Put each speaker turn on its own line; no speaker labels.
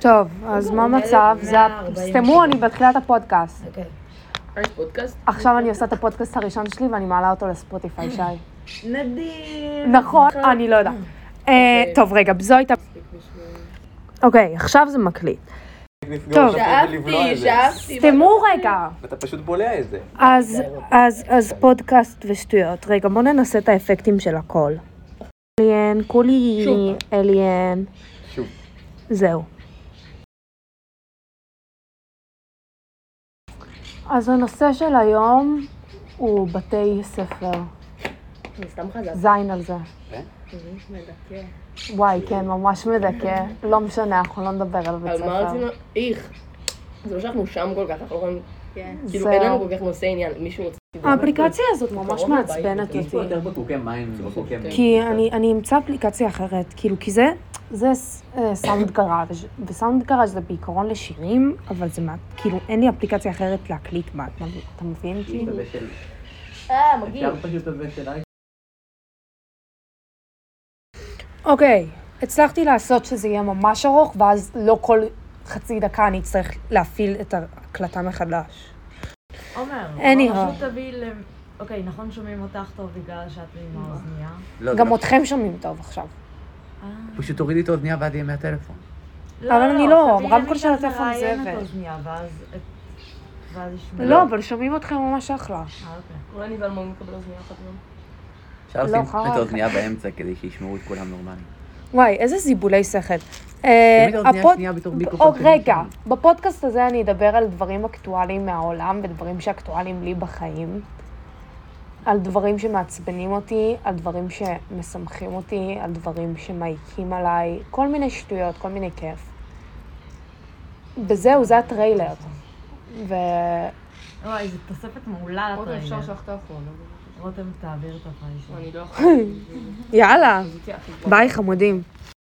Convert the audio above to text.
טוב, אז מה המצב? זה... ה-
1,140.
סתמו, אני בתחילת הפודקאסט.
אוקיי.
יש פודקאסט?
עכשיו אני עושה את הפודקאסט הראשון שלי ואני מעלה אותו לספוטיפיי, שי.
נדיר.
נכון, אני לא יודעת. אה, טוב, רגע, זו הייתה... אוקיי, עכשיו זה מקליט. טוב.
שאפתי, שאפתי.
סתמו רגע.
אתה פשוט בולע את זה.
אז, אז, אז פודקאסט ושטויות. רגע, בוא ננסה את האפקטים של הכל. אליאן, כולי
שוב.
אליאן.
שוב.
זהו. אז הנושא של היום הוא בתי ספר.
אני סתם חזק.
זין על זה. וואי, כן, ממש מדכא. לא משנה, אנחנו לא נדבר על בית
על מה
ספר.
רצינו? איך. זה לא שאנחנו שם כל כך, אנחנו לא יכולים... כאילו
זהו.
אין לנו כל כך נושא עניין, מישהו רוצה...
האפליקציה הזאת ממש
קרוב לבית,
מעצבנת
יש פה
אותי.
יותר בקבוקי מים ובקבוקי מים.
כי אני, אני אמצא אפליקציה אחרת, כאילו, כי זה, זה ס- אה, סאונד גראז', וסאונד גראז' זה בעיקרון לשירים, אבל זה מה, כאילו, אין לי אפליקציה אחרת להקליט מה, אתה, אתה מבין? כאילו?
זה של-
אה, מגעיל.
אפשר פשוט את זה של אייק?
אוקיי, הצלחתי לעשות שזה יהיה ממש ארוך, ואז לא כל חצי דקה אני אצטרך להפעיל את ההקלטה מחדש.
עומר,
Anyhow.
פשוט תביאי ל... אוקיי, נכון שומעים אותך טוב בגלל שאת עם האוזנייה.
לא, זה
גם
לא-
אתכם שומעים טוב עכשיו.
אה.
פשוט תורידי את האוזנייה ואז יהיה מהטלפון.
אבל אני לא,
תביאי
הרמקול
למי
של
שאת
הטלפון זה
מראיינת
אבל.
אוזנייה, ואז... ואז ישמעו.
לא, אבל שומעים אתכם ממש אחלה.
אה, אוקיי.
אולי אני ואלמוג נקבל אוזנייה אחת היום.
אפשר
לא,
לשים
חרא.
את האוזנייה באמצע כדי שישמעו את כולם נורמלי.
וואי, איזה זיבולי שכל.
תמיד האוזנייה השנייה בתור מיקרופון
או,
של
רגע,
מישהו.
בפודקאסט הזה אני אדבר על דברים אקטואליים מהעולם ודברים שאקטואליים לי בחיים. על דברים שמעצבנים אותי, על דברים שמשמחים אותי, על דברים שמעיקים עליי, כל מיני שטויות, כל מיני כיף. וזהו, זה הטריילר. ו-
וואי, זו תוספת מעולה
רותם, אפשר
לטריינר.
שלח את האחרונה.
רותם, תעביר את הפעם שלי.
אני לא יכולה.
יאללה,
זה הכי גרוע.
ביי חמודים.